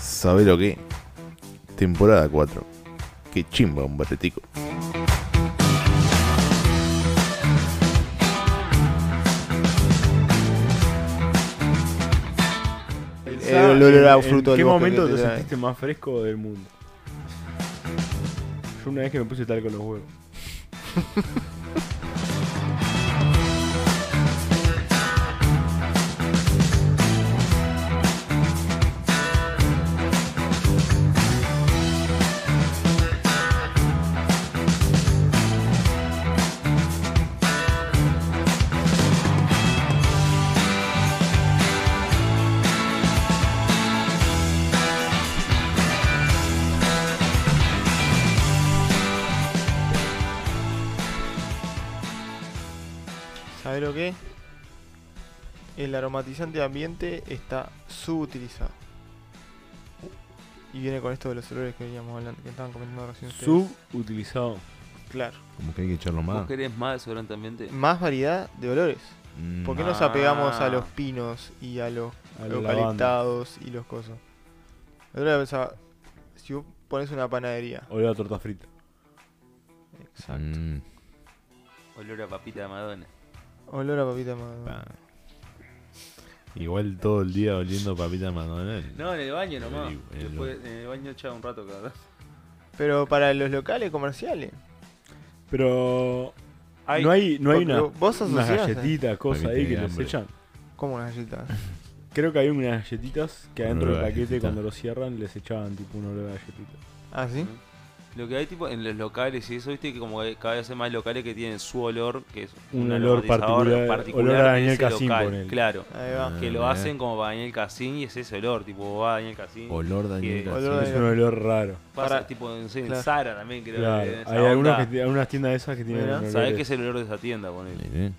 ¿Sabes lo que? Temporada 4. Qué chimba un barretico. Pensá olor en- a en fruto del ¿Qué bosque momento que te te da. sentiste más fresco del mundo? Yo una vez que me puse tal con los huevos. ¿Sabes lo que? El aromatizante de ambiente está subutilizado. Y viene con esto de los olores que veníamos hablando, que estaban comentando recién ustedes. Subutilizado. Claro. Como que hay que echarlo ¿Vos más. querés más desodorante ambiente? Más variedad de olores. Mm. ¿Por qué no? nos apegamos a Ah. los pinos y a los A la lavanda. eucaliptados y los cosas? La otra vez pensaba, si vos pones una panadería. Olor a torta frita. Exacto. Mm, Olor a papita de Madonna. Olor a papita madre. pa. Igual todo el día oliendo papita McDonald's. No, en el baño nomás. El- el- Después en el baño echaba un rato cada vez. Pero para los locales comerciales. Pero. no hay, no hay una, porque vos unas asociás a- galletitas, cosas Para que ahí te que dé les hambre. echan. Como una galleta. Creo que hay unas galletitas que Un adentro del olor a paquete galletita. cuando lo cierran les echaban tipo un olor a galletita. ¿Ah, sí? Lo que hay tipo en los locales y eso, viste que como que cada vez hay más locales que tienen su olor, que es Un olor aromatizador particular- olor a de Daniel ese Cassin, local, ponele. eh. Claro. Ahí va. Ah, Que lo mirá. hacen como para Daniel Cassin y es ese olor, tipo va Daniel Cassin. Olor Daniel Que- Cassin. Olor Es un olor raro. Pasa para- tipo no sé, en claro. Zara también creo Claro. que en eh, esa Hay algunas, que onda. ti- algunas tiendas de esas que tienen. Mirá. olores. Sabés que es el olor de esa tienda, ponele. Eh,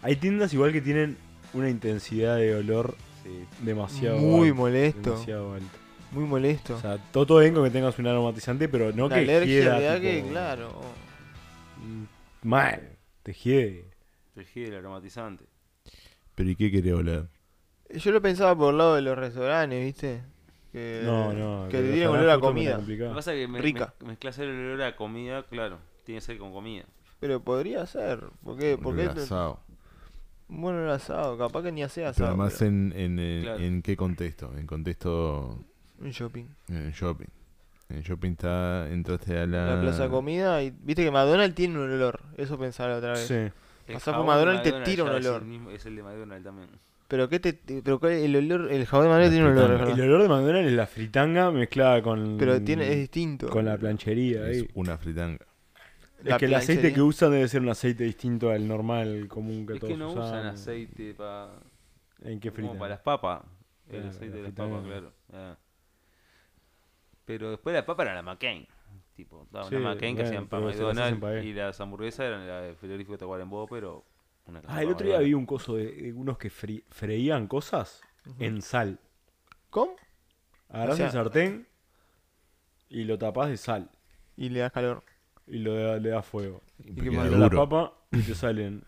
Hay tiendas igual que tienen una intensidad de olor Sí. demasiado Muy alta, molesto. demasiado alta. Muy molesto. O sea, todo, todo bien con que tengas un aromatizante, pero no una que oh. alergia hieda, de verdad tipo, que, claro. mm, Mal, te hiede. Prefiero el aromatizante. Pero ¿y qué querés oler? Yo lo pensaba por el lado de los restaurantes, ¿viste? Que, No, no. Eh, Que te los tienen olor a anajos me la comida. Lo que complicás. pasa es que me, Rica. me- mezclas el olor a comida, claro. Tiene que ser con comida. Pero podría ser. ¿Por qué? ¿Por qué Olor a te- asado. Bueno, el asado. Capaz que ni hacía Pero asado. además pero- en, en, en- Claro. en qué contexto? En contexto Un shopping. en shopping. En shopping está, entraste a la... La plaza de comida. Y viste que McDonald's tiene un olor. Eso pensaba la otra vez. Sí. El Pasás por jabón McDonald's y te de tira un ya es el olor. mismo- Es el de McDonald's también. Pero qué te. Pero cuál- el olor. El jabón de McDonald's La tiene un olor, es fritanga. El ¿verdad? olor de McDonald's es la fritanga mezclada con. Pero tiene, es distinto. Con la planchería. Es ahí. una fritanga. Es que el aceite que usan debe ser un aceite distinto al normal común que es todos que no usamos. usan aceite para ¿En qué fritan? para las papas. El Claro, aceite la de las fritanga. papas, claro. Ah. Pero después la papa era la McCain. Tipo, daban Sí, la McCain que bueno, hacían para pero se las hacen McDonald's para ahí. y las hamburguesas eran la de frigorífico de Tacuarembó, pero una Ah, el otro día vi un coso de, de unos que fri- freían cosas en sal. ¿Cómo? Agarrás O sea- el sartén y lo tapás de sal. Y le das calor. Y lo da- le das fuego. Y qué queda más? Pero las duro. papas y te salen.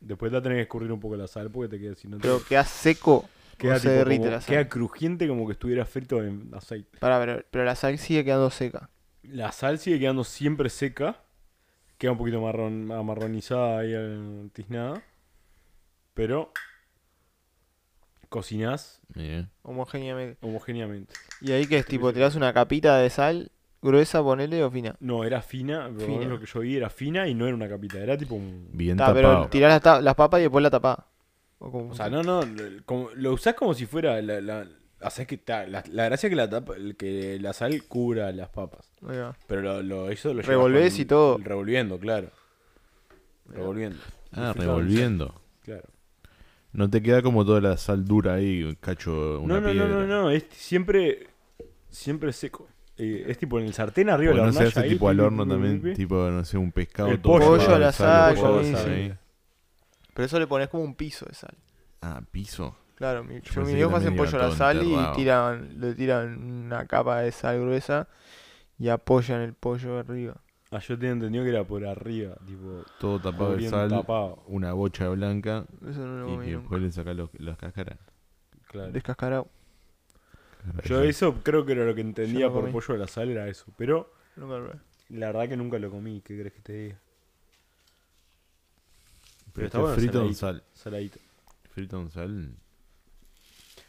Después la tenés que escurrir un poco la sal porque te queda si no te- Pero queda seco. queda, o se tipo derrite como- la sal. queda crujiente como que estuviera frito en aceite. Pará, pero, pero la sal sigue quedando seca. La sal sigue quedando siempre seca. Queda un poquito marrón, amarronizada ahí eh, tiznada. Pero cocinás Bien. Homogéneamente. homogéneamente. ¿Y ahí que es? Tipo, tirás una capita de sal gruesa, ponele o fina. No, era fina, pero Fina. lo que yo vi era fina y no era una capita, era tipo un... Bien Ta, Ah, pero tapado. tirás las, ta- las papas y después la tapás. O, como- O sea, no, no, lo- como- lo usás como si fuera la... la- o sea, es que ta- la, la gracia es que la, tapa, que la sal cubra las papas. Ahí va. Pero lo, lo, eso lo llevas Revolvés con- y todo. Revolviendo, claro. Revolviendo. Ah, Disfrutando. revolviendo. Claro. No te queda como toda la sal dura ahí, un cacho, una No, no, no, piedra. no, no, es siempre, siempre seco. Eh, es tipo en el sartén arriba de Porque la no se hace hornalla ahí, tipo al pi, pi, horno pi, también, pi, pi. tipo, no sé, un pescado. El todo pollo cortado a la de sal, un poco de sí, sal sí. ahí. Pero eso le pones como un piso de sal. Ah, piso. Claro, mi, yo, pensé mis que viejos hacen también iba pollo a la todo sal enterrado. y tiran, le tiran una capa de sal gruesa y apoyan el pollo arriba. Ah, yo tenía entendido que era por arriba, tipo. Todo tapado de Bien sal, tapado. una bocha blanca Eso no lo y comí que nunca. después le sacás los- las cáscaras. Claro. Descascarado. Yo eso creo que era lo que entendía Yo no por comí. pollo de la sal, era eso. Pero Nunca lo probé. la verdad que nunca lo comí, ¿qué crees que te diga? Pero está este bueno, frito en saladito. sal. Saladito. Frito en sal.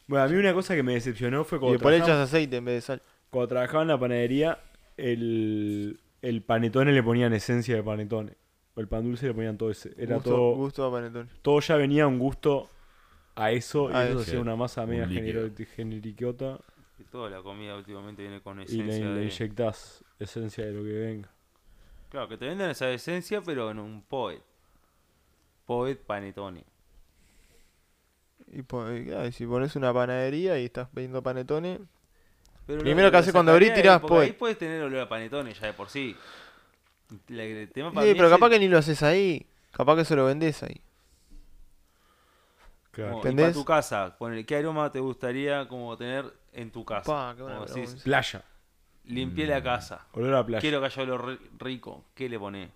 Bueno, a mí una cosa que me decepcionó fue Y cuando, después le echas trabajaba, aceite en vez de sal. cuando trabajaba en la panadería, el, el panetone le ponían esencia de panetone. O el pan dulce le ponían todo ese. Era gusto, todo. gusto a panetón. Todo ya venía un gusto a eso. Y A eso eso. hacía una masa Un media líquido. genero- generiquiota. Y toda la comida últimamente viene con Y esencia. le, le de- inyectás esencia de lo que venga. Claro, que te venden esa esencia, pero en un poet. Poet panetone. Y, po- y claro, y si pones una panadería y estás vendiendo panetones, Pero Primero lo- que lo haces cuando sacaría abrís, ahí, tirás porque poet. Ahí puedes tener olor a panetone ya de por sí. La- el tema para Sí, mí pero es el- capaz que ni lo haces ahí. Capaz que solo vendés ahí. Como, Claro. y para ¿Entendés? tu casa, ponele, ¿qué aroma te gustaría como tener en tu casa? Pa, qué buena Como pregunta. decís, Playa. limpié la casa. Olor a playa. Quiero que haya olor ri- rico. ¿Qué le ponés?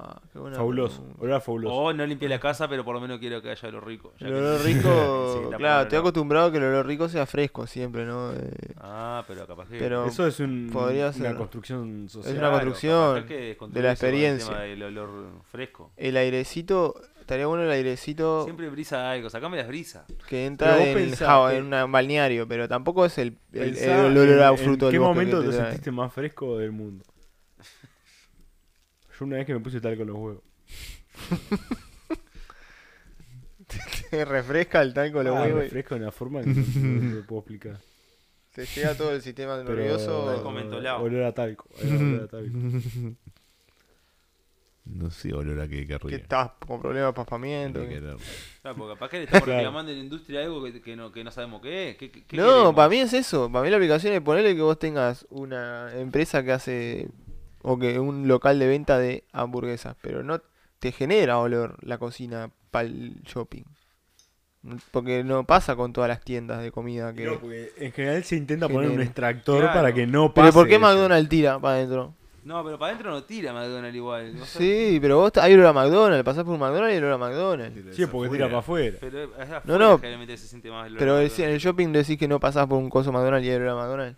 Ah, qué buena Fabuloso. pregunta. Olor a fabuloso. O no limpié la casa, pero por lo menos quiero que haya olor rico. ya El que- olor Sí, rico, la claro, palabra. estoy acostumbrado a que el olor rico sea fresco siempre, ¿no? Eh, Ah, pero capaz que. pero Eso es un- podría una ser. construcción social. es una construcción capaz que de la desconstruirse con el tema experiencia. del olor fresco. El airecito, estaría bueno el airecito Siempre brisa algo, sacame las brisas. que Pero entra vos en, pensá java- que- en una- un balneario, pero tampoco es el, el, Pensá el olor a en- en fruto del ¿Qué bosque momento que te trae. sentiste más fresco del mundo? Yo una vez que me puse tal con los huevos. Te refresca el talco, lo Ah, huevo me y fresco de una forma que no no te puedo explicar. te llega todo el sistema Pero- nervioso. Talco mentolado. Olor a talco. eh, Olor a talco. No sé, olor a que Que querría. estás con problemas de paspamiento. Lo querer. Claro, porque capaz que le estamos Claro. reclamando en la industria algo que, que no, que no sabemos qué es. ¿Qué- qué- qué No, queremos? para mí es eso. Para mí la aplicación es ponerle que vos tengas una empresa que hace o que un local de venta de hamburguesas, pero no te genera olor la cocina para el shopping. No- Porque no pasa con todas las tiendas de comida que... No, porque en general se intenta poner un Genera. extractor Claro. para que no pase. pero ¿por qué eso. McDonald's tira para adentro? No, pero para adentro no tira McDonald's igual. ¿no? Sí, pero vos t- hay olor a McDonald's, pasás por un McDonald's y hay olor a McDonald's. Sí, porque tira para afuera. Pero es afuera No, no. generalmente se siente más el olor Pero decí- a en McDonald's. el shopping decís que no pasás por un coso McDonald's y hay olor a McDonald's.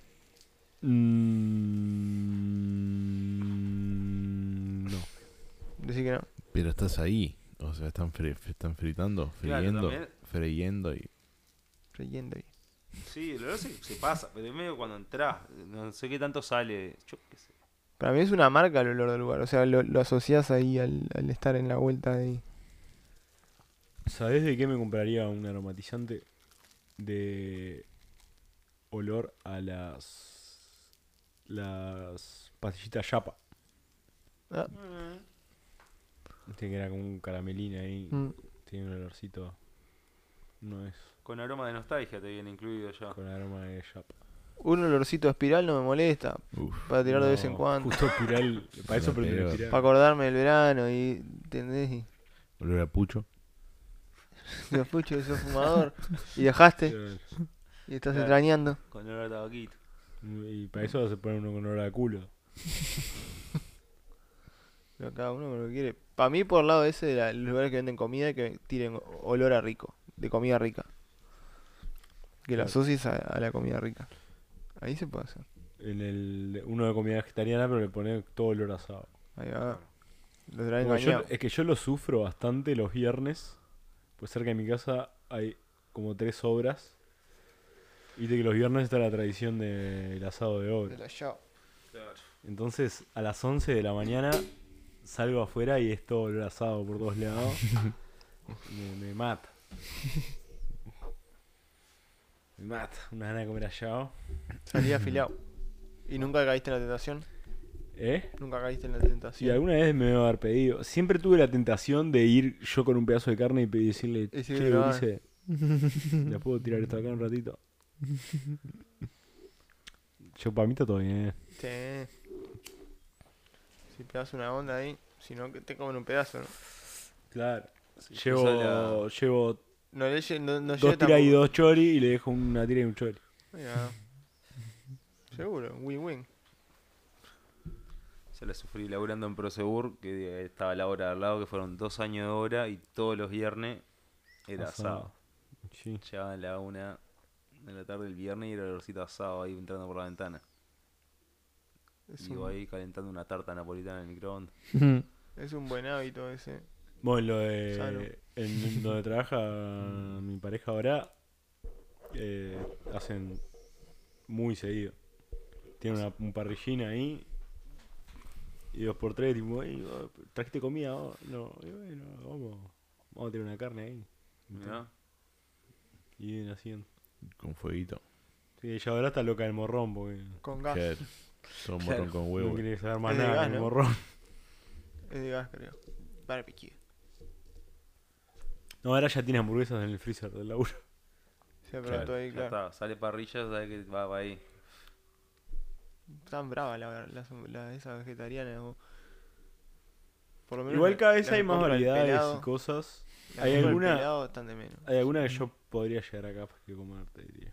Mm, No. Decís que no. Pero estás ahí. O sea, están, fre- están fritando, Claro, friendo, también. freyendo y. Reyendo ahí. Sí, el olor se, se pasa, pero es medio cuando entras. No sé qué tanto sale. Yo qué sé. Para mí es una marca el olor del lugar, o sea, lo, lo asocias ahí al, al estar en la vuelta de ahí. ¿Sabés de qué me compraría un aromatizante de olor a las las pastillitas Yapa? Ah. Viste que era como un caramelín ahí, Mm. tiene un olorcito. No es Con aroma de nostalgia te viene incluido ya. con aroma de Yapa. Un olorcito a espiral no me molesta, Uf, para tirar de vez en No, cuando, Justo espiral, para eso No, prendí pero- espiral. para acordarme del verano y ¿entendés? Y olor a pucho. Dios, pucho, que sos fumador y dejaste Claro. y estás Claro. extrañando. Con olor a tabaquito. Y para eso se pone uno con olor a culo. Pero cada uno lo que quiere. Para mí por el lado ese de la- los lugares que venden comida que tiren olor a rico, de comida rica. Que lo Claro. asocies a, a la comida rica. Ahí se puede hacer. En el uno de comida vegetariana, pero le pone todo olor a asado. Ahí va. Lo traen Porque yo- eh, engañado. es que yo lo sufro bastante los viernes. Pues cerca de mi casa hay como tres obras. Y de que los viernes está la tradición del asado de obra. Entonces a las 11 de la mañana salgo afuera y es todo el asado por todos lados. me, me mata. Me mata. Una gana de comer allá. Salí afiliado. ¿Y nunca caíste en la tentación? ¿Eh? Nunca caíste en la Y tentación. alguna vez me debe haber pedido. Siempre tuve la tentación de ir yo con un pedazo de carne y pe- decirle, Y si che, grabá". Ulises, ¿la puedo tirar esto acá un ratito? Yo, para mí está todo bien. ¿eh? Sí. Si pegas una onda ahí, si no, que te comen un pedazo. No, Claro. Sí, llevo yo la- llevo no le lle- no, no dos llega tiras y tampoco. dos chori y le dejo una tira y un chori. Mira. Seguro, win-win. Yo la sufrí laburando en Prosegur, que estaba la hora al lado, que fueron dos años de hora y todos los viernes era asado. Sí. Llegaba a la una de la tarde el viernes y era el olorcito asado ahí entrando por la ventana. Es Iba un, ahí calentando una tarta napolitana en el microondas. es un buen hábito ese. Bueno, lo de. Sano. En donde trabaja mi pareja ahora, eh, hacen muy seguido. Tiene una, un parrillín ahí. Y dos por tres, tipo, "Ey, vos, ¿trajiste comida? vos?". No, y bueno, vamos, vamos a tener una carne ahí. ¿no? Y vienen haciendo. Con fueguito. Sí, ella ahora está loca del morrón porque Con gas. Claro. Todo un morrón con no huevo. quiere saber más Es de nada gas, del ¿no? morrón. Es de gas, creo. Barbecue. No, ahora ya tiene hamburguesas en el freezer del laburo. Se apretó ahí, Ya claro. está, sale parrilla, sabe que va, va ahí. Están bravas la, las- la- esas vegetarianas. vos. Por lo menos Igual la- cada vez las hay que más compra el variedades pelado, y cosas. las que Hay compra el alguna, pelado están de menos. hay alguna que yo podría llegar acá para que comer, te diría.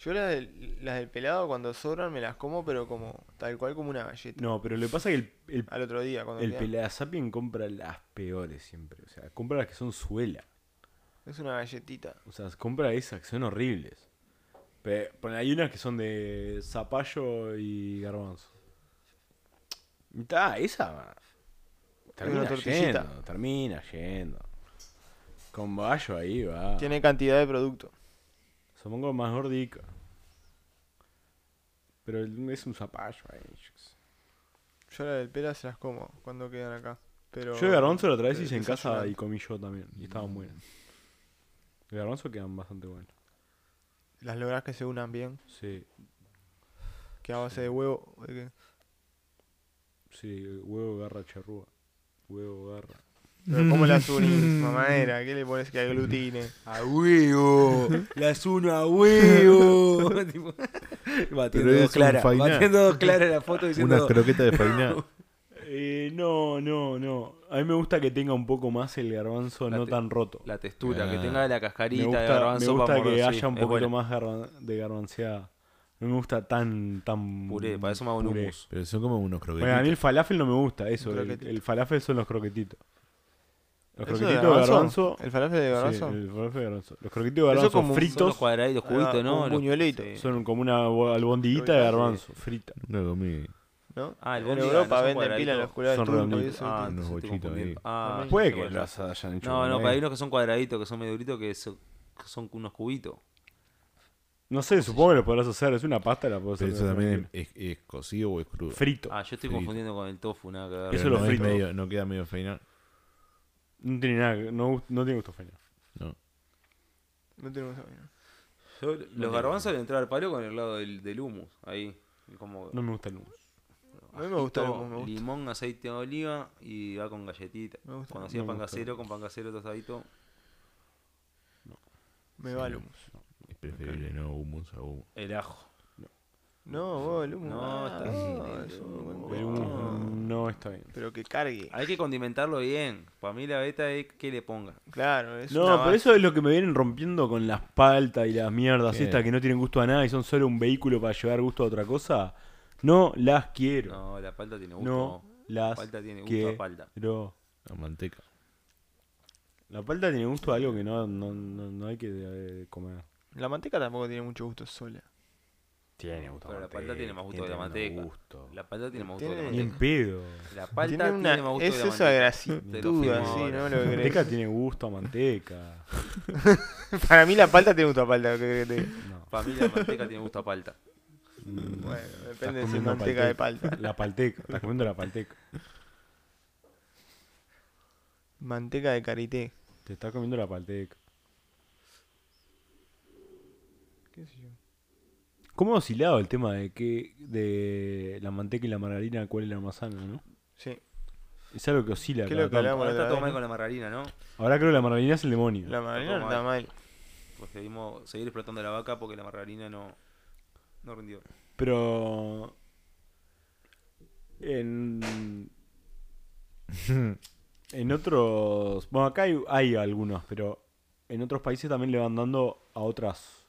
Yo las del, las del pelado cuando sobran me las como, pero como tal cual como una galleta. No, pero le pasa que el, el, Al otro día cuando el quedan. Pelasapien compra las peores siempre. O sea, compra las que son suela. Es una galletita. O sea, compra esas que son horribles. Pero, hay unas que son de zapallo y garbanzo. Está, esa. Termina una tortillita. yendo, termina yendo. Con bayo ahí va. Tiene cantidad de producto. Supongo más gordica. Pero el- es un zapallo ahí. yo qué sé. Yo las del pela se las como cuando quedan acá. Pero eh, Yo de garbanzo la otra vez pero hice en casa desayunante. y comí yo también. Y estaban buenas. De garbanzo quedan bastante buenas. Las lográs que se unan bien. Sí, Que a base de huevo. ¿de qué? sí, huevo, garra, charrúa. Huevo, garra. Pero ¿Cómo las unís, mamadera? ¿Qué le pones que aglutine? Ah, ¡A huevo! ¡Las uno a huevo! Pero es un fainá. dos claras la foto Una croqueta de fainá. Eh, no, no, no. A mí me gusta que tenga un poco más el garbanzo La no te- tan roto. La textura, que Ah. tenga la Me cascarita gusta, de me garbanzo gusta para que morder, sí, haya un es poquito bueno. más garba- de garbanceada. No me gusta tan, tan... Puré, para eso me hago un puré. hummus. Pero son como unos Bueno, a mí el croquetitos. falafel no me gusta, eso. El, Croquetito. el falafel son los croquetitos. Los ¿Eso croquetitos de garbanzo... ¿El falafel de sí, garbanzo? el falafel de garbanzo. Los croquetitos de Eso garbanzo como un- Son los fritos cuadraditos, Ah, cubitos, ¿no? un Los- puñuelito. sí. son como una bo- albondiguita de Croquetito, garbanzo, frita. Nunca comí ¿no? Ah, el en bondi, no Europa son venden pila los cuadraditos. culados Son turcos y redonditos. eso. Ah, Unos entonces estoy bochitos ahí. confundiendo. Ah, Puede sí, que bueno. las hayan hecho. No, con no, ahí. pero hay unos que son cuadraditos, que son medio duritos, que so- que son unos cubitos. No sé, supongo que lo podrás hacer. Es una pasta, la podés Pero eso hacer. también es, es cocido o es crudo. Frito. Ah, yo estoy Frito. confundiendo con el tofu, nada que ver. Pero Eso lo no es frito. medio- no queda medio fainá. No tiene nada, que- no, gust- no tiene gusto fino. No. Ah. No tenemos vaina. Yo- los garbanzos le entraba al palo con el lado del, del humus, ahí. Como No me gusta el hummus. A mí me gusta el ajito, hummus, me gusta. limón, aceite de oliva y va con galletita. Me gusta. Cuando hacía Me pan gusta. casero, con pan casero tostadito. Me va el humus. Es preferible no humus a humo. El ajo. No, vos, el humus. No, ah, está bien, es el un buen El gusto. hummus Ah. no está bien. Pero que cargue. Hay que condimentarlo bien. Para mí la beta es que le ponga. Claro, es una No, pero base. eso es lo que me vienen rompiendo con las paltas y las mierdas ¿Qué? estas que no tienen gusto a nada y son solo un vehículo para llevar gusto a otra cosa. No las quiero. No, la palta tiene No, gusto. las palta tiene gusto quiero. a palta. La manteca. La palta tiene gusto a algo que no, no, no, no hay que eh, comer. La manteca tampoco tiene mucho gusto sola. Tiene gusto. a Pero la palta tiene más gusto que la manteca. La palta tiene más gusto que la Ni en manteca. pedo. La palta tiene tiene, una. más gusto es que la esa manteca. Te lo grasitud firmo así, ¿no? ahora. Lo La que manteca crees. tiene gusto a manteca. Para mí la palta tiene gusto a palta. lo que crees. No. Para mí la manteca tiene gusto a palta. Bueno, Estás depende si es comiendo manteca de palta. La palteca. Estás comiendo la palteca. Manteca de karité. Te estás comiendo la palteca. ¿Qué sé yo? ¿Cómo ha oscilado el tema de que de la manteca y la margarina, cuál es la más sana, no? Sí, Es algo que oscila. ¿Qué cada es lo que tanto. hablamos? Ahora la está otra todo mal vez, con la margarina, ¿no? Ahora creo que la margarina es el demonio. la margarina todo está mal. Pues seguimos seguir explotando la vaca porque la margarina no, no rindió. Pero. En. En otros. Bueno, acá hay, hay algunos, pero en otros países también le van dando a otras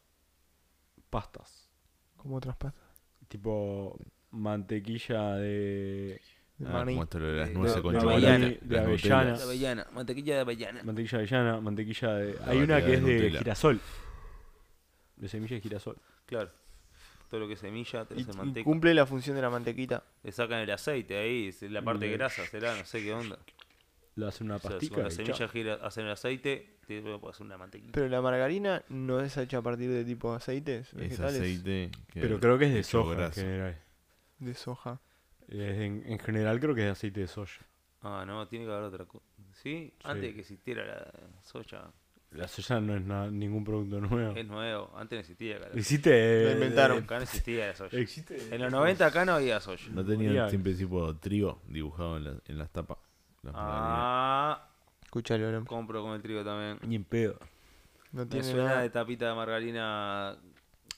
pastas. Como otras pastas. Tipo mantequilla de. De Ah, maní. como esto lo de las De- nueces de- con de chocolate. avellana, las de Nutellas. avellana. De avellana, mantequilla de avellana. Mantequilla de avellana, mantequilla de. La Hay una variedad que de es de Nutella. girasol. De semilla de girasol. Claro. Todo lo que es semilla, te Y, hacen y manteca. cumple la función de la mantequita. Le sacan el aceite ahí, es la parte Mm. grasa será, no sé qué onda. Le hacen una O sea, pastica. con la y semilla chao. gira, hacen el aceite, te puedes hacer una mantequilla. Pero la margarina no es hecha a partir de tipo aceites Es vegetales. aceite. que- Pero creo que es de hecho soja en graso. general. De soja. Es en, en general creo que es de aceite de soya. Ah, no, tiene que haber otra cosa. ¿Sí? Antes de que existiera la soya. La soya no es nada- ningún producto nuevo. Es nuevo, antes no existía. cara. Existe. eh, Lo inventaron. Acá no existía la soya. Existe. En los 90 acá no había soya. No tenían Moría. siempre tipo trigo dibujado en, la- en las tapas. Las margarinas. Ah, Escuchalo, Alan. compro con el trigo también. Ni en pedo. No Me tiene suena nada. de tapita de margarina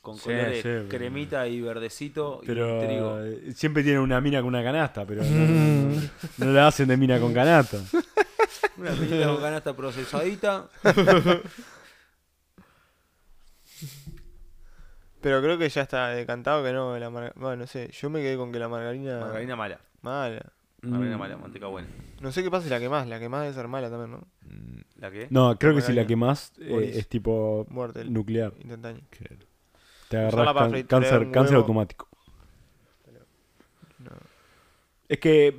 con Sí, colores sí, pero- cremita y verdecito y trigo. Pero eh, siempre tienen una mina con una canasta, pero no, no- Mm. no- no la hacen de mina con canasta. Una pizza con canasta procesadita. Pero creo que ya está decantado que no. La marga- Bueno, no sé. Yo me quedé con que la margarina. Margarina mala. Mala. Margarina Mm. mala, manteca buena. No sé qué pasa si la quemás. La quemás debe ser mala también, ¿no? Mm, ¿La qué? No, creo que Por si ahí. la quemás eh, Bolis. es tipo Muerte. nuclear. Instantánea. que- Te Usarla agarras para can- fritar cáncer, un cáncer huevo. automático. No. Es que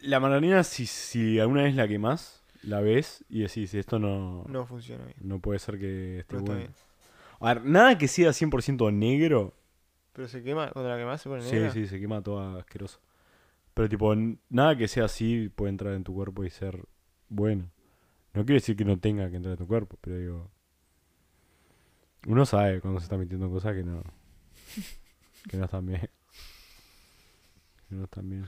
la margarina, si, si alguna vez la quemás, la ves y decís, esto no, no. No funciona bien. puede ser que esté No Mm. está bueno. bien. A ver, nada que sea 100% negro, Pero se quema. Cuando la quemás se pone sí, negra. sí, se quema toda asquerosa. Pero tipo, n- nada que sea así puede entrar en tu cuerpo y ser bueno. No quiere decir que no tenga que entrar en tu cuerpo, pero digo... Uno sabe cuando se está metiendo cosas que no... Que no están bien. Que no están bien.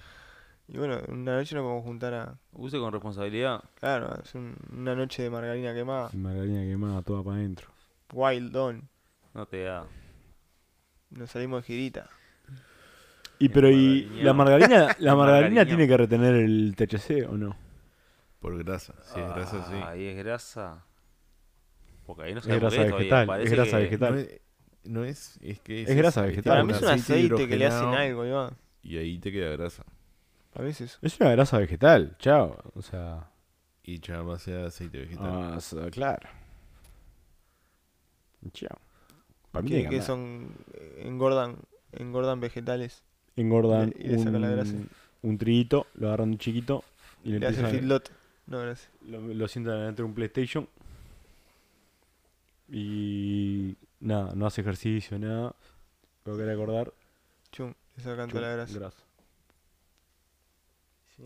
Y bueno, una noche nos podemos juntar a. Use con responsabilidad. Claro, a hacer un- una noche de margarina quemada. Margarina quemada toda para adentro. Wild Dawn. No te da. Nos salimos de girita. Y El pero y la margariñao. margarina, la El margarina margariñao. tiene que retener el THC o no? Por grasa. Si es grasa, sí. Ahí es grasa. Porque ahí no Es sabemos grasa qué todavía, vegetal, es parece grasa que- vegetal. No es, no es, es que Es grasa aceite, vegetal. Para un mí es un aceite aceite que le hacen hidrogenado algo, Iván. Y ahí te queda grasa. Para mí es eso. Es una grasa vegetal, chao. O sea, Y ya va a ser aceite vegetal. ah, so- claro. Chao. Para mí Que, tiene que que andar. son. eh, Engordan. Engordan vegetales. engordan y le- y le sacan la grasa. un, un triguito, lo agarran un chiquito y le, Le hacen empiezan- feedlot. No, gracias. lo, lo sientan dentro de un PlayStation. Y nada, no hace ejercicio, nada. Lo que recordar. Chum. Le sacan toda la grasa. Sí.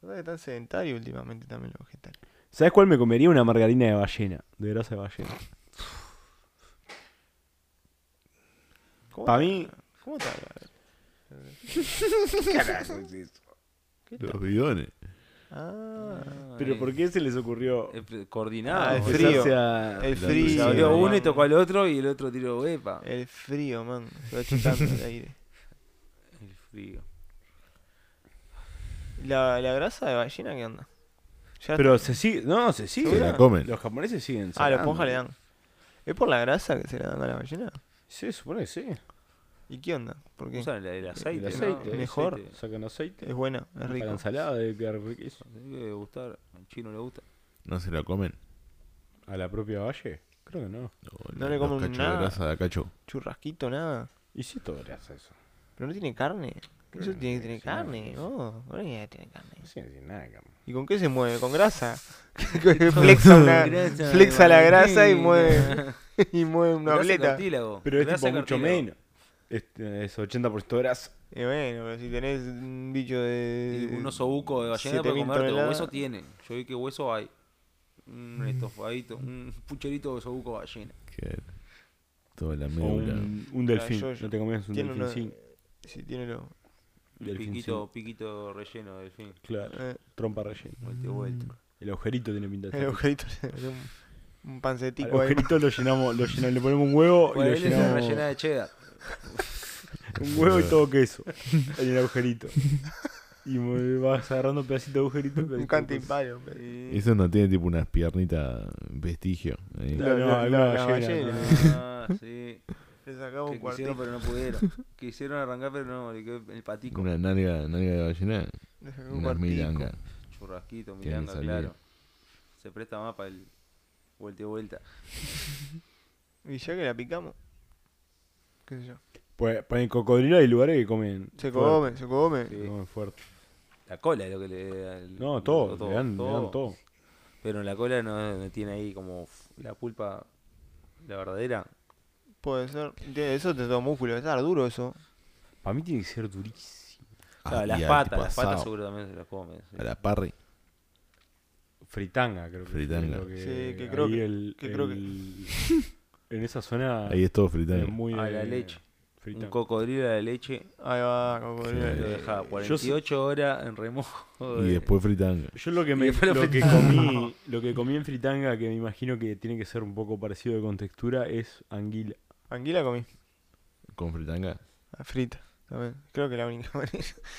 Pasa que están sedentarios últimamente también los vegetales. ¿Sabes cuál me comería? Una margarina de ballena. De grasa de ballena. ¿Cómo Para te- mí, ¿Cómo está la- Los bidones. Ah, Ah, ¿pero ahí. por qué se les ocurrió Es pre- Ah, coordinado. el boludo. frío. empezarse a- el la- frío. Se abrió man. uno y tocó al otro y el otro tiró epa. Eh. El frío, man. Se va achicando el aire. El frío. La, la grasa de ballena, ¿qué onda? Ya Pero se sigue. No, se sigue. Se la comen. Los japoneses siguen. Ah, los sacando. ponjas le dan. ¿Es por la grasa que se le dan a la ballena? Sí, supone que sí. ¿Y qué onda? ¿Por qué? Usan el, el aceite. El ¿no? aceite, El mejor. aceite. Sacan aceite. Es buena, es Para la rico. ensalada debe quedar riquísimo. Tiene que gustar. Al chino le gusta. No se la comen. ¿A la propia valle? Creo que no. O No los- le los comen cachos nada. de grasa de cacho. Churrasquito, nada. Y si todo le hace eso. Pero no tiene carne. Eso tiene que tener sí, carne. Oh, ahora ya tiene carne. No tiene nada, cabrón. ¿Y con qué se mueve? ¿Con grasa? flexa una- Grasa flexa de la grasa y margarina. mueve, y mueve una Grasa de boleta. Y cartílago. Pero es Grasa tipo de mucho cartílago. menos. Este, es 80% grasa. bueno, pero si tenés un bicho Y de. un oso buco de ballena para 7000 comerte. toneladas. Mm. Hueso tiene. Yo vi que hueso hay. Un estofadito, un pucherito de oso buco de ballena. Que toda la O médula. un, un delfín. yo- yo- No te comes un Tiene delfín uno. sin. Sí, tiene lo. Un Delfín, piquito, piquito relleno del fin. Claro. eh, Trompa rellena. Vuelta y vuelta. El agujerito tiene pinta de el ser agujerito. le- un, un Al pancetico ahí. agujerito lo llenamos, lo llenamos, le ponemos un huevo Oh, y lo Bueno, la rellena llenamos. de cheddar. Un huevo y todo queso. En el agujerito. Y mo- vas agarrando pedacito de agujerito. pedacito de Un queso. cantimpalo. Eso no tiene tipo unas piernitas vestigio. ¿eh? ahí. No, no, La- la- alguna la ballena, ballena. ¿no? Ah, sí. Le saca sacaba un Que quisieron, cuartito. pero no pudieron. quisieron arrancar, pero no, le quedó el patico. Una nalga, nalga de ballena, le sacaba un una cuartico. milanga. Churrasquito, Tiene que milanga, salir. claro. Se presta más para el vuelta y vuelta. Y ya que la picamos. Qué sé yo. Pues para el cocodrilo hay lugares que comen. Se fuerte, come, se come. Sí. que Comen fuerte. La cola es lo que le da. el- No, todo, todo, le dan le dan todo. todo. Pero la cola no, no tiene ahí como f- la pulpa, la verdadera. Puede ser. Tiene- Eso te da músculo, debe estar duro eso. Para mí tiene que ser durísimo. Claro, Ah, las y al patas, tipo las patas asado, seguro también se las come. sí. A la parry. Fritanga, creo que. Fritanga. es lo Sí, que creo ahí que- el- que creo que- el- En esa zona. Ah, Ahí es todo es fritanga. muy. A de- la leche. Un fritanga. cocodrilo a la leche Ahí va, cocodrilo. Sí. lo dejaba yo sé- 48 horas en remojo. Eh, Y de- después fritanga. Yo lo que, Y me, después lo lo que fritanga. comí, lo que comí en fritanga, que me imagino que tiene que ser un poco parecido de contextura, es anguila. Anguila comí. Con fritanga. Ah, Frita. También. Creo que la única manera.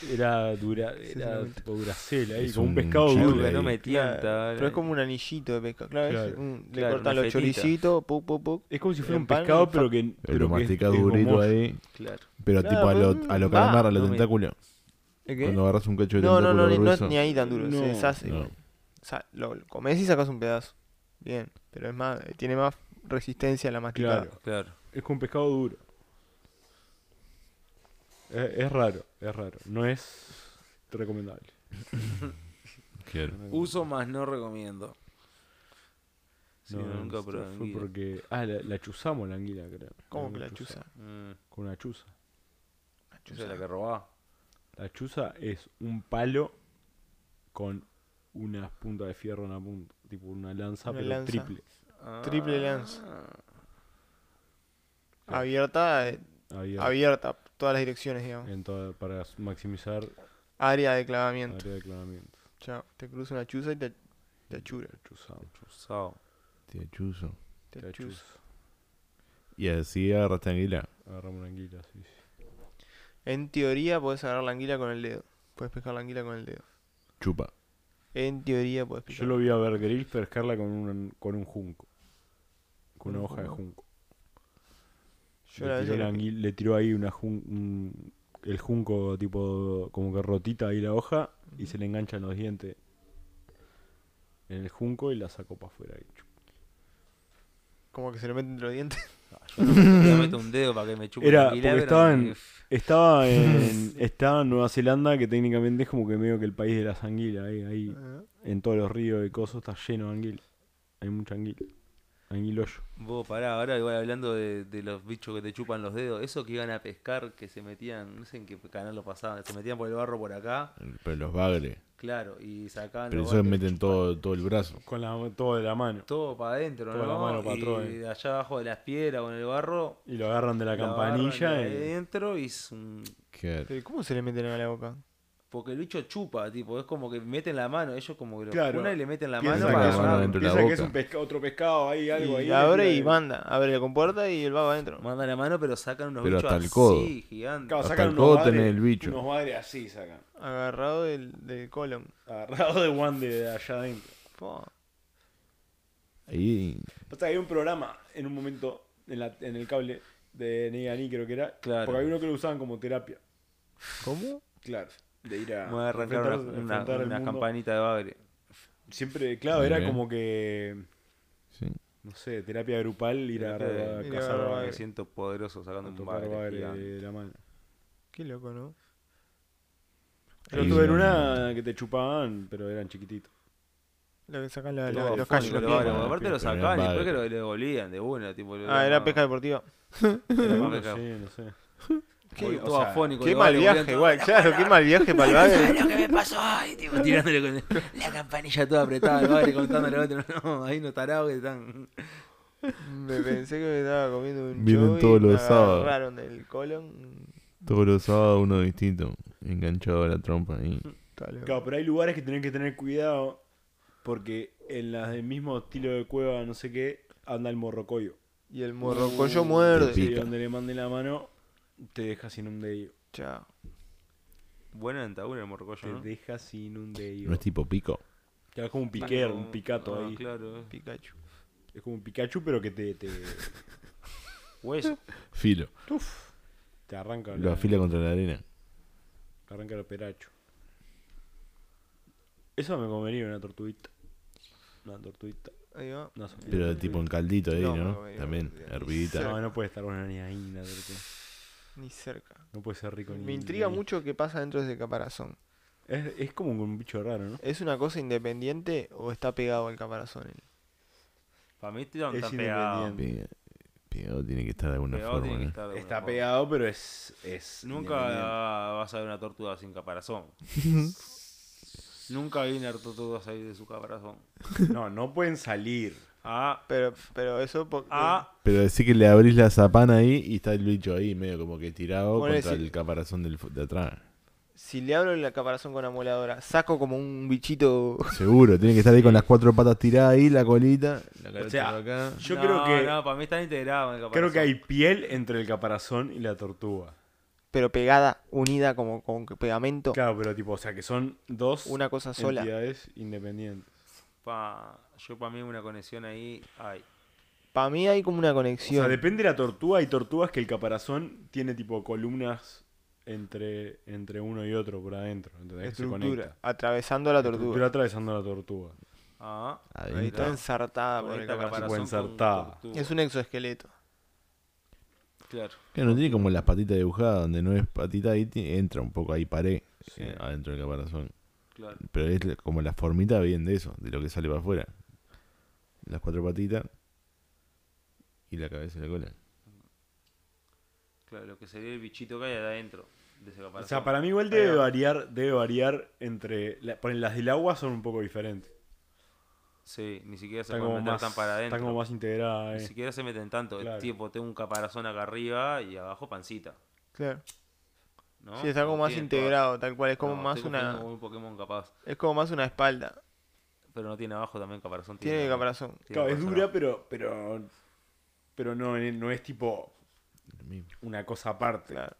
Era dura, Sí, era seguramente. tipo duracela, ahí, Es como un un pescado chule. Yo duro. que no ahí. me tienta. Pero es como un anillito de pescado. Claro, es Claro. un- le Claro, cortan una los fetita. choricitos, puc, puc, puc. Es como si fuera El un pan, pescado, fa- pero que. Pero que lo es- masticas es durito gomoso. ahí. Claro. Pero Claro, tipo a pero, lo, a lo mm, calamar, a va, los no me- tentáculos. ¿Eh, ¿El qué? Cuando agarras un cacho de No, no, tentáculo no, ni- no, grueso. ni ahí tan duro. No. Se deshace. No. igual. O sea, lo, lo comés y sacas un pedazo. Bien. Pero es más, eh, tiene más resistencia a la masticada. Claro, Claro. es como un pescado duro. Es, es raro, es raro. No es recomendable. Claro. Mm. Uso más no recomiendo. Sí, No, nunca esto probé fue anguila. porque. Ah, la, la chuzamos la anguila, creo. ¿Cómo Con que una la chuza? Mm, Con una chuza. La esa chuza. es la que robaba. La chuza es un palo con una punta de fierro en la punta. Tipo una lanza, Una pero lanza. triple. Triple lanza. Abierta, eh, Había abierta, todas las direcciones, digamos. en toda- para maximizar Área de clavamiento. área de clavamiento. Chao. Te cruza una chuza y te, te achura. La chuzamos. Usado. Tío chuzo. Te La achuza. chuza. Y así agarraste anguila. Agarramos una anguila, sí, sí. En teoría podés agarrar la anguila con el dedo. Podés pescar la anguila con el dedo. Chupa. En teoría podés pescar. Yo lo vi a ver Grill pescarla con un, con un junco. Con una ¿Un hoja de junco? junco. Yo la le, vez tiró que- la anguil- le tiró ahí una jun- un- el junco tipo como que rotita ahí la hoja y se le enganchan los dientes en el junco y la sacó para afuera. ahí, chup. Como que se le meten entre los dientes. Yo no yo meto un dedo para que me chupe Era, la anguila, porque pero estaba en- Estaba me- en, estaba en Nueva Zelanda, que técnicamente es como que medio que el país de las anguilas. Ahí, ahí Ah. en todos los ríos y cosas está lleno de anguila. Hay mucha anguila. Anguilollo. Vos pará, ahora igual hablando de, de los bichos que te chupan los dedos, esos que iban a pescar, que se metían, no sé en qué canal lo pasaban, se metían por el barro por acá, Pero los bagres. claro, y Ah, sacaban Pero los eso barcos, meten todo, todo el brazo. Con la, todo de la mano. todo para adentro, Toda ¿no? la mano pa' y atrás, eh. de allá abajo de las piedras con el barro, Y lo agarran de la campanilla. y- adentro y es un- Claro. Pero ¿y ¿cómo se le meten a la boca? porque el bicho chupa, tipo, es como que meten la mano, ellos como que lo Claro. una y le meten la Piensa mano que para la mano agarrar. adentro. de la Piensa que es boca. un pesca- otro pescado ahí, algo ahí. y abre tira y el- manda. Abre la compuerta y el va para adentro. mandan la mano pero sacan unos Pero bichos hasta el así, codo. gigantes. Claro, Hasta sacan el unos codo tenés bagres- el bicho. Unos madres así sacan. Agarrado del, del colon. Agarrado de Wande de allá adentro. Po. Ahí. O sea, hay un programa en un momento en, la- en el cable de Negani, creo que era. Claro. Porque había uno que lo usaban como terapia. ¿Cómo? Claro. De ir a. Me voy a arrancar una, enfrentar- una- enfrentar el una mundo. campanita de bagre. Siempre, claro, Muy era bien. como que. Sí. No sé, terapia grupal, ir a, Terapia a de- cazar ir a- bagre, Me siento poderoso sacando a un tocar bagre. bagre gigante. de la mano. Qué loco, ¿no? Yo Ahí estuve en en- una que te chupaban, pero eran chiquititos. Lo que sacan la- Todo la- los callos. afónico, los lo pies, abro, ¿no? pies. los aparte lo pies, pero sacaban y era después que bagre. lo devolvían de una. Tipo, lo Ah, era devolvían. pesca deportiva. Era No pesca. sé, no sé. Todo o todo sea, afónico, Qué lo mal devolvían viaje, todo. igual, claro, qué mal viaje para el bagre. Lo que me pasó ay, tipo, tirándole con la campanilla toda apretada al bagre, contándole al otro. No, ahí no tarado que están. Me pensé que me estaba comiendo un Vienen choy, todos los me sábados. agarraron del colon. Todos los sábados uno distinto. Enganchado a la trompa ahí. Está loco. Claro, pero hay lugares que tenés que tener cuidado porque en las del mismo estilo de cueva, no sé qué, anda el morrocoyo. Y el morrocoyo Te muerde. pica. Y donde le mande la mano, te deja sin un dedillo. Chao. Buena dentadura el morcoyo, Te ¿no? deja sin un dedillo. No es tipo pico. Claro, es como un piquer, Como- un picato ah, ahí. Claro. Pikachu. Es como un Pikachu, pero que te. te- Hueso. Filo. Uf. Te arranca Lo la- afila contra la arena. te arranca el peracho. Eso me comería una tortuguita. Una tortuguita. Ahí va. No, Sofía. Pero tipo en caldito ahí, No, ¿no? no, no, También, no, no. hervidita. no, no puede estar buena ni ahí la tortuga. Ni cerca. No puede ser rico ni Me intriga ni- mucho qué pasa dentro de ese caparazón. Es, es como un bicho raro, ¿no? ¿Es una cosa independiente o está pegado al caparazón? él? Para mí Tirón Es está pegado. independiente. Pe- Pegado tiene que estar de alguna Pegado forma, tiene que ¿no? estar de alguna Está forma. pegado, pero es. es Nunca vas a ver una tortuga sin caparazón. Nunca vi una tortuga salir de su caparazón. independiente. No, no pueden salir. Ah, Pero, pero eso eh, por- ah, Pero decir que le abrís la zapana ahí y está el bicho ahí, medio como que tirado Bueno, contra sí. el caparazón del, fu- de atrás. si le abro el caparazón con amoladora, saco como un bichito. Seguro, tiene que estar ahí con las cuatro patas tiradas ahí, la colita. La O cabeza sea, por acá. Yo no, creo que. No, para mí está integrado en el creo caparazón. que hay piel entre el caparazón y la tortuga. pero pegada, unida como con pegamento. Claro, pero tipo, o sea que son dos Una cosa sola. entidades independientes. Pa- yo para mí una conexión ahí hay. Para mí hay como una O conexión. sea, depende de la tortuga. Hay tortugas que el caparazón tiene tipo columnas entre, entre uno y otro por adentro. ¿entendés? Que se estructura. conecta. Atravesando la Estructura tortuga. atravesando la tortuga. Ah, Ahí está. Está ahí está. Ah, ensartada por el Conecta caparazón. caparazón Fue con ensartada. tortuga. Es un exoesqueleto. Claro. Claro, no tiene como las patitas dibujadas, donde no es patita ahí, ti- entra un poco ahí paré eh, adentro del caparazón. Claro. Pero es la- como la formita bien de eso, de lo que sale para afuera. Las cuatro patitas y la cabeza y la cola. Claro, lo que sería el bichito que hay adentro de ese O caparazón. sea, para mí igual debe variar, debe variar entre. la- ponen, las del agua son un poco diferentes. Sí, ni siquiera se Están como, pueden meter más, tan para adentro. están como más integradas. Ni eh. siquiera se meten tanto. Claro. Es tipo, tengo un caparazón acá arriba y abajo pancita. Claro. ¿no? Sí, está como No más tienen integrado, tal cual. Es todas- como no, más estoy confundiendo una. con un Pokémon capaz. Es como más una espalda. Pero no tiene abajo también caparazón. Tiene el caparazón. Claro, es caparazón dura, abajo. pero. Pero, pero no, eh, no es tipo Lo mismo. una cosa aparte. Claro.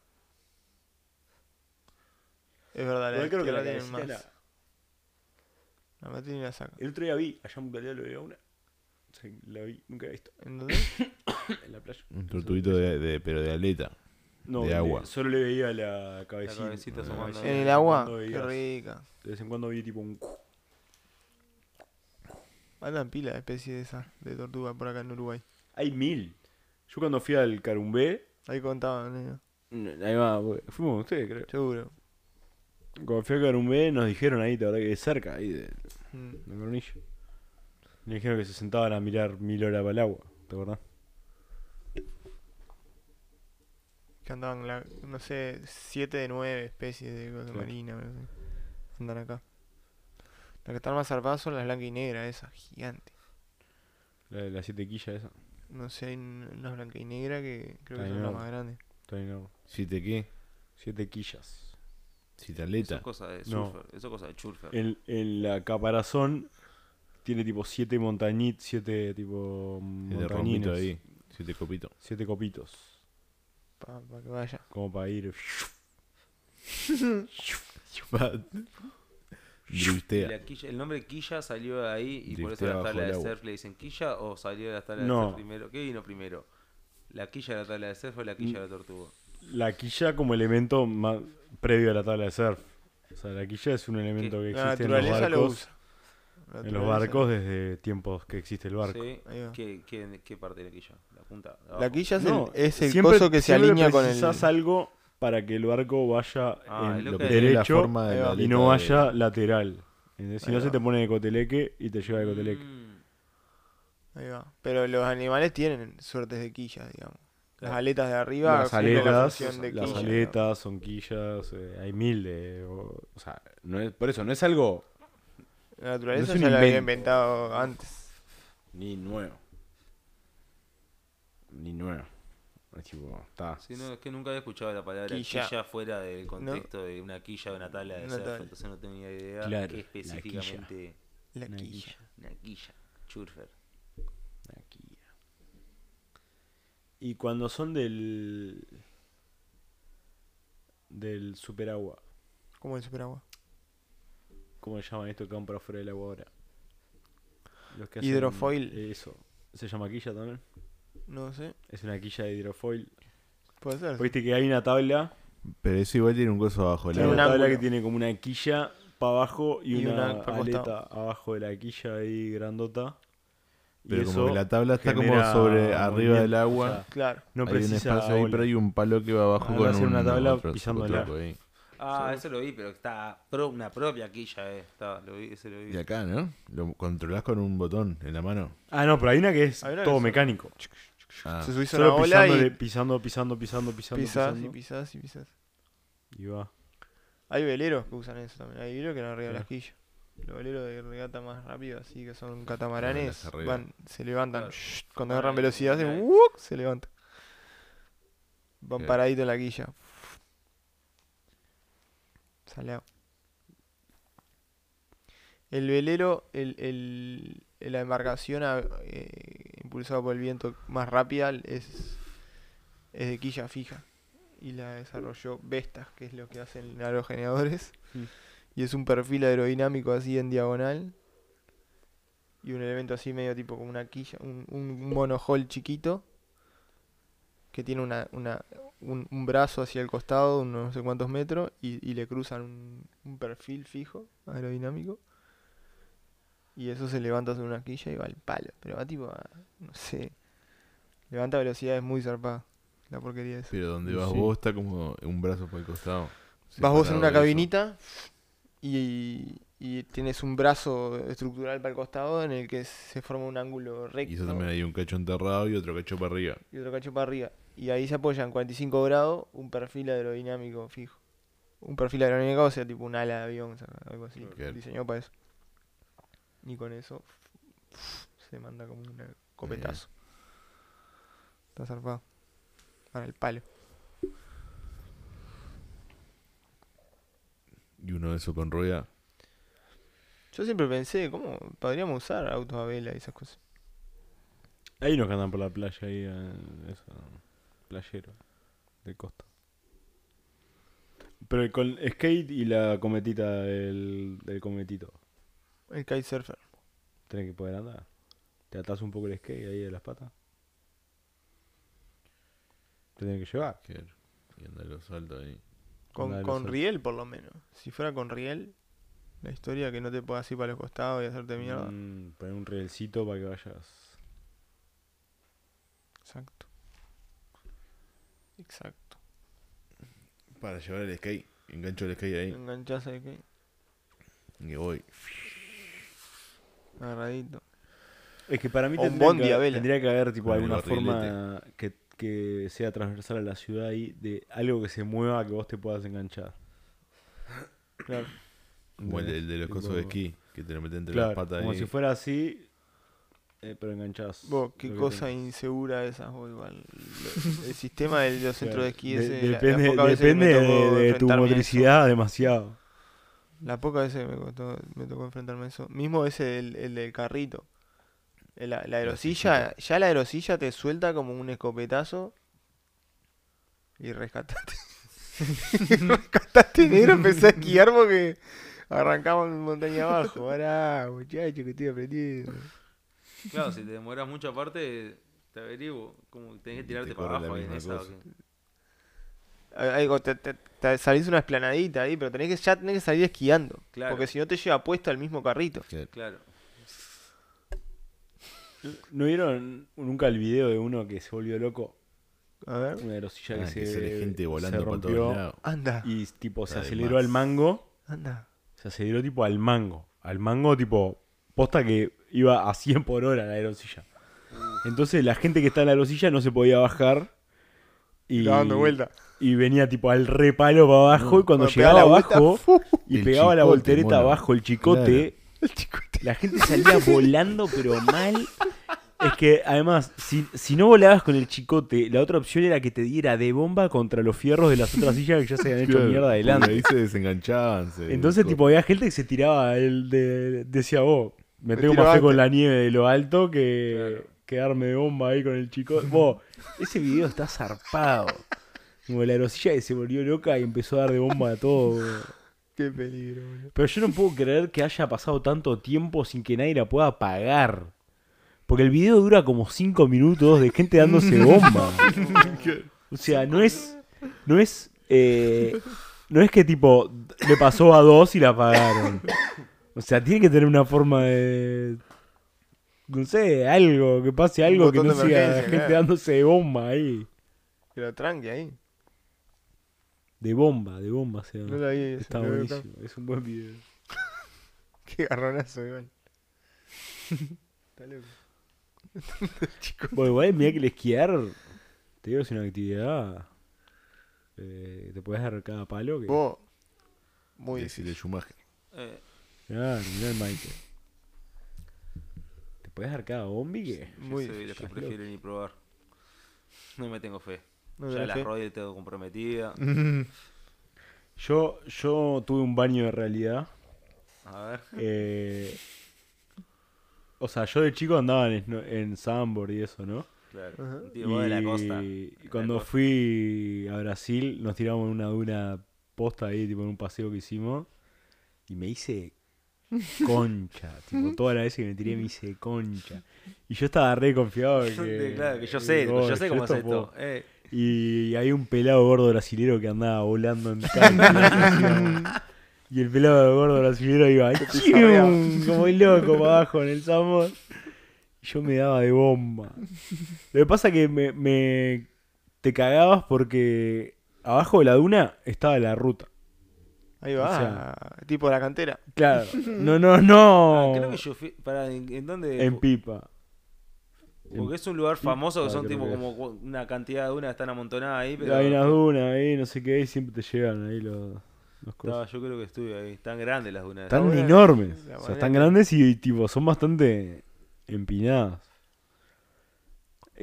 Es verdad, la Igual creo que la izquierda tiene cabecita más. la- La matriz la saca. El otro día vi, allá en Bucalea lo veía una. O sea, la vi, nunca había visto ¿En dónde? en la playa. Un tortuguito de, de- pero de aleta. No, De le- agua. Ah, solo le veía la cabecita. La cabecita asomando. En el agua. Eh, Cuando Qué veías. rica. De vez en cuando vi tipo un. cu- Andan pila de especies de esas, de tortuga por acá en Uruguay. Hay mil. Yo cuando fui al Carumbé. Ahí contaban, nena. Ahí va, güey. fuimos con ustedes, creo. Seguro. Cuando fui al Carumbé nos dijeron ahí, la verdad que de cerca, ahí de, Mm. de Coronillo. Nos dijeron que se sentaban a mirar mil horas para el agua, ¿te acordás? Que andaban, la- no sé, 7 de 9 especies de cosa Claro. marina. no sé. Andan acá. Las que están más zarpadas son las blancas y negras, esas gigantes. La, la siete quillas esa. No sé, hay un- unas blancas y negras que creo que Está son las enorme. más grandes. Está enorme. ¿Siete qué? Siete quillas. ¿Siete Eso aleta? es cosa de No. surfer. Eso es cosa de surfer. El, el la caparazón tiene tipo siete montañit, siete tipo Siete montañines, rompito ahí. Siete copito. siete copitos, Para pa que vaya. como para ir. Y Driftea. la quilla- el nombre Quilla salió de ahí y por eso Driftea a la bajo tabla el de agua. surf le dicen Quilla o salió de la tabla No. de surf primero. ¿Qué vino primero? ¿La quilla de la tabla de surf o la quilla Mm. de la tortuga? La quilla como elemento más previo a la tabla de surf. O sea, la quilla es un elemento que La existe en los naturaleza lo barcos, usa. La en los naturaleza. barcos desde tiempos que existe el barco. Sí. Ahí va. ¿Qué, qué, qué parte de la quilla? ¿La punta? de La abajo? quilla es No, el, es el siempre- coso que se siempre alinea con el. precisás algo para que el barco vaya Ah, en es lo lo que- tiene derecho ahí la va. aleta y no de- vaya lateral. ¿Entendés? Si Ahí no va. se te pone de coteleque y te lleva de coteleque. Mm, Ahí va. Pero los animales tienen suertes de quillas, digamos. Las Claro. aletas de arriba. las tienen la aletas, función de las quilla, aletas, sonquillas, eh, hay mil de... O, o sea, no es, por eso no es algo ¿no? La naturaleza No es ya un la había invento. inventado antes. ni nuevo. Ni nuevo. Es tipo, está... sí, no, es que nunca había escuchado la palabra Quilla. quilla, fuera del contexto de una quilla de una tabla de Una surf, tabla. entonces no tenía idea Claro, qué la específicamente La Una quilla. una quilla, surfer. Aquí. Y cuando son del... Del superagua. Como el superagua. ¿Cómo se llaman esto que van para afuera del agua ahora? Los que Hidrofoil. Eso. ¿Se llama quilla también? No sé. Es una quilla de hidrofoil. Puede ser. Viste que hay una tabla. Pero eso igual tiene un coso abajo. La... Tiene un una tabla ángulo. que tiene como una quilla para abajo y, Y una, una pa' aleta costado. abajo de la quilla ahí grandota. Y Pero como eso que la tabla está como genera sobre arriba del movimiento, o agua. sea, Claro. no hay un precisa. espacio ahí, ola. pero hay un palo que va abajo Ah, va a con ser una un- tabla otro- pisándola. otro ahí. Ah, eso lo vi, pero está pro- una propia quilla, eh. Está, lo vi, ese lo vi. Y acá, ¿no? Lo controlás con un botón en la mano. Ah, no, pero hay una que es Hay una que todo es- mecánico. Ah, Se subís a una Solo ola pisándole- y pisando, pisando, pisando, pisando, pisás y pisando. pisás y pisás. Y va. Hay veleros que usan eso también. Hay veleros que van arriba de las quillas. Los veleros de regata más rápido, así que son catamaranes, Van arriba. van, se levantan. Claro. shhh, cuando Van agarran ahí, velocidad, hacen ahí. ¡wuuc! se levantan. Van Claro. paraditos en la quilla. Salado. El velero, el, el- la embarcación a- eh, impulsada por el viento más rápida es, es de quilla fija. Y la desarrolló Vestas, que es lo que hacen los aerogeneradores. Mm. Y es un perfil aerodinámico así en diagonal. Y un elemento así medio tipo como una quilla, un, un monohull chiquito. Que tiene una, una, un, un brazo hacia el costado, unos no sé cuántos metros, y, y le cruzan un, un perfil fijo, aerodinámico. Y eso se levanta sobre una quilla y va al palo. Pero va tipo a, no sé. Levanta velocidades muy zarpadas. La porquería esa. pero donde Y vas sí. vos está como un brazo por el costado. Vas vos en separado una de eso. cabinita y, y tienes un brazo estructural para el costado en el que se forma un ángulo recto Y eso también hay un cacho enterrado y otro cacho para arriba. y otro cacho para arriba. Y ahí se apoyan 45 grados un perfil aerodinámico fijo. Un perfil aerodinámico, o sea, tipo un ala de avión, o sea, algo así. Claro. Diseñado para eso. Y con eso se manda como un copetazo. Está zarpado. Para el palo. Y uno de esos con rueda. Yo siempre pensé, ¿cómo podríamos usar autos a vela y esas cosas? Hay unos que andan por la playa ahí, eh, eso, playero, de costa. Pero con skate y la cometita del, del cometito, El kitesurfer. tenés que poder andar. Te atás un poco el skate ahí de las patas. Te tienen que llevar. que- Y anda los saltos ahí. Con, Dale, con Sol. riel, por lo menos. Si fuera con riel, la historia que no te puedas ir para los costados y hacerte mierda. Mm, poner un rielcito para que vayas. Exacto. Exacto. Para llevar el skate. Engancho el skate ahí. Enganchás ahí que Y voy. agarradito. Es que para mí O un tendrían bondi que a haber- vela. tendría que haber tipo Con el alguna barrilete. forma que, que sea transversal a la ciudad ahí de algo que se mueva que vos te puedas enganchar. Claro. Como el, el de los cosos de Tipo- esquí. Que te lo meten entre Claro, las patas como ahí. si fuera así, eh, pero enganchás. Vos, qué lo que cosa tengas. insegura esas, vos igual. Lo- El sistema del- de los centros de esquí De- ese. la- las depende pocas veces que me depende tocó de- de, tu enfrentarme a eso- motricidad demasiado. La poca veces que me, costó- me tocó enfrentarme a eso. Mismo ese del, el del carrito. El- La, la aerosilla, ya la aerosilla te suelta como un escopetazo y rescatate. rescatate, negro, empecé a esquiar porque arrancamos montaña abajo. Ahora, muchacho, que estoy aprendiendo. Claro, si te demoras mucho aparte, te averiguo. Como que tenés que Y tirarte te para corre la abajo ahí en misma esa. cosa. ¿o qué? Ahí- ahí go- te- te- te salís una esplanadita ahí, pero tenés que, ya tenés que salir esquiando. Claro. Porque si no te lleva puesto al mismo carrito. Claro. Claro. ¿No vieron nunca el video de uno que se volvió loco? A ver. Una aerosilla Ah, que, que se, sale gente se volando por rompió todos lados. Anda, Y tipo se Además. aceleró al mango. anda. Se aceleró tipo al mango. Al mango tipo posta que iba a 100 por hora la aerosilla. Entonces la gente que está en la aerosilla no se podía bajar. Y, Estaba dando vuelta. y venía tipo al repalo para abajo. Y cuando Cuando pegaba llegaba la vuelta, abajo y El pegaba la chicote, voltereta mono. abajo, el chicote, la gente salía volando pero mal. Es que además, si, si no volabas con el chicote, la otra opción era que te diera de bomba contra los fierros de las otras sillas que ya se habían hecho Claro, mierda adelante. porque Ahí se desenganchaban. se- Entonces, tipo, había gente que se tiraba, él de, decía, vos, me Me tengo tiro más fe con antes". la nieve de lo alto que quedarme de bomba ahí con el chico. Vos, ese video está zarpado. Como la rosilla que se volvió loca y empezó a dar de bomba a todo. boludo. Qué peligro, boludo. Pero yo no puedo creer que haya pasado tanto tiempo sin que nadie la pueda apagar. Porque el video dura como 5 minutos de gente dándose bomba. O sea, no es. No es. eh, no es que tipo. Le pasó a dos y la apagaron. O sea, tiene que tener una forma de. No sé, algo, que pase algo Un que botón no de sea emergencia, gente claro. dándose de bomba ahí. Que lo tranque ahí. De bomba, de bomba, o sea. No la vi. Está no la vi. buenísimo, es un buen video. Qué garronazo, igual. Está loco. Bueno, igual mira que el esquiar, te digo, es una actividad. eh, te puedes dar cada palo. Que... Vos. Muy Decirle difícil. Schumacher. Eh, Claro, mirá el Michael. ¿Te puedes dar cada bombi que? yo Muy soy de los que difícil. prefiero ni probar. No me tengo fe. No ya tenés la fe. rodilla tengo comprometida. Yo, yo tuve un baño de realidad. A ver. eh, o sea, yo de chico andaba en, sno- en Sambor y eso, ¿no? Claro. Ajá. Un tipo de la costa. y De la cuando costa. fui a Brasil, nos tiramos en una duna posta ahí, tipo en un paseo que hicimos. Y me hice concha. tipo, toda la vez que me tiré me hice concha. Y yo estaba re confiado. de Que, claro, que yo sé, digo, yo sé cómo es puedo". esto. Eh, Y hay un pelado gordo brasilero que andaba volando en cámara. y el pelado gordo brasilero iba ¡chium! como el loco para abajo en el sambo. Yo me daba de bomba. Lo que pasa que me, me- te cagabas porque abajo de la duna estaba la ruta. Ahí va. O sea- tipo la cantera. Claro. No, no, no. ah, creo que yo fui. Pará, ¿en, en dónde? En pipa. Porque es un lugar famoso que Ah, son creo tipo que- como cu- una cantidad de unas están amontonadas ahí, pero. Hay unas dunas ahí, no sé qué, y siempre te llegan ahí los, los cosas. No, yo creo que estuve ahí. Están grandes las dunas. Están buena- enormes. O sea, la buena están que- grandes y tipo, son bastante empinadas.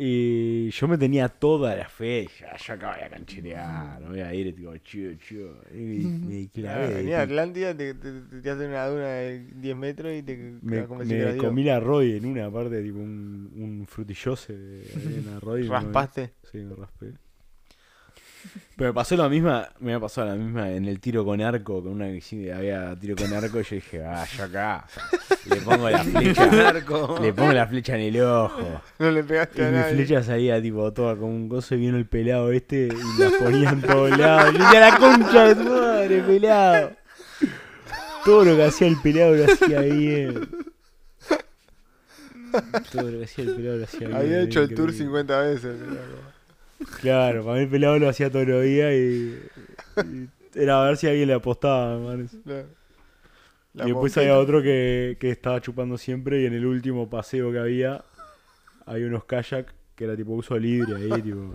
Y yo me tenía toda la fe. Ya, yo acabo de cancherear. No voy a ir, tipo, chido, chido. Y me Claro, clavé. venía a tipo, Atlántida, te, te, te tiraste una duna de 10 metros y te me, me comí la Roy en una parte, tipo, un, un frutillose de arena Roy. ¿no? Raspaste. Sí, me raspé. Pero me pasó la misma, me ha pasado la misma en el tiro con arco, con una que sí había tiro con arco y yo dije, ah, yo acá le pongo la flecha, le pongo la flecha en el ojo. No le Y pegaste a mi nadie. flecha salía tipo toda con un coso y vino el pelado este y la ponía en todos lados. Yo decía, la concha de tu madre, pelado. Todo lo que hacía el pelado lo hacía bien. Todo lo que hacía el pelado lo hacía bien. Había hecho el tour increíble. 50 veces. era como- Claro, para mí el pelado lo hacía todos los días y, y era a ver si alguien le apostaba, me parece. La, la y después bombeta. había otro que, que estaba chupando siempre y en el último paseo que había había unos kayak que era tipo uso libre ahí, tipo.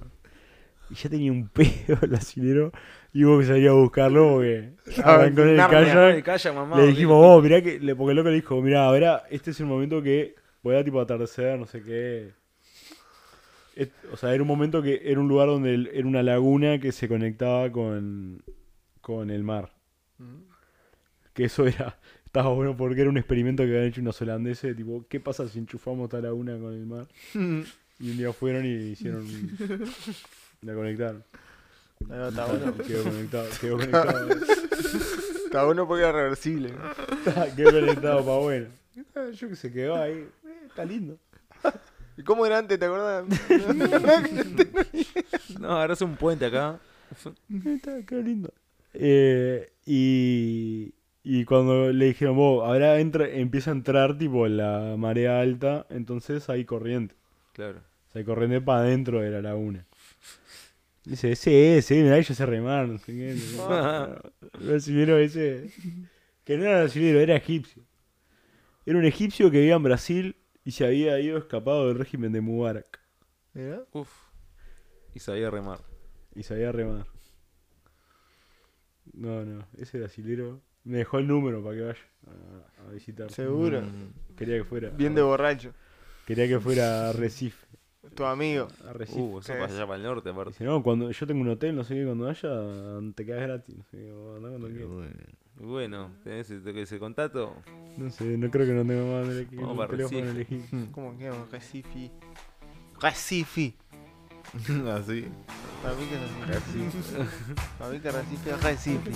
Y ya tenía un pedo el asilero y hubo que salir a buscarlo porque arrancó en el Narnia, kayak. calla, mamá. Le dijimos, vos, mirá que. le- Porque el loco le dijo, mirá, verá, este es el momento que voy a tipo atardecer, no sé qué. Et- O sea, era un momento que era un lugar donde el- era una laguna que se conectaba con, con el mar. Mm. Que eso era. Estaba bueno porque era un experimento que habían hecho unos holandeses, de tipo, ¿qué pasa si enchufamos esta laguna con el mar? Y un día fueron y hicieron. La conectaron. No, no, está bueno. Y Quedó conectado, quedó conectado. Está bueno porque era reversible. Qué conectado pa' bueno. Ah, Yo que se quedó ahí. Eh, Está lindo. ¿Y cómo era antes, te acordás? No, agarras un puente acá. Eh, Está, qué lindo. Eh, y, y cuando le dijeron, vos, ahora entra, empieza a entrar tipo la marea alta, entonces hay corriente. Claro. O sea, hay corriente para adentro de la laguna. Dice, ese, ese, mirá, ellos se remaron. No sé qué, no sé qué. El brasilero ese. Que no era brasilero, era egipcio. Era un egipcio que vivía en Brasil y se había ido escapado del régimen de Mubarak. Mirá. Uf. Y sabía remar. Y sabía remar. No, no, ese brasilero me dejó el número para que vaya a, a visitar. Mm, Seguro. Quería que fuera. Bien de borracho. Quería que fuera a Recife. Tu amigo. A Recife. Uh, eso ¿qué para es? allá para el norte, aparte. Dice, no, cuando yo tengo un hotel, no sé qué, cuando vaya, te quedas gratis. No sé, qué, o andá cuando Pero quieras. bueno, Bueno, tenés este, ese, ese contacto. No sé, no creo que no tenga más de que Vamos un para teléfono Recife. elegí. ¿Cómo que llama? Recifi. Recifi. Así. Para mí que es así. Para mí que Recifi es Recifi.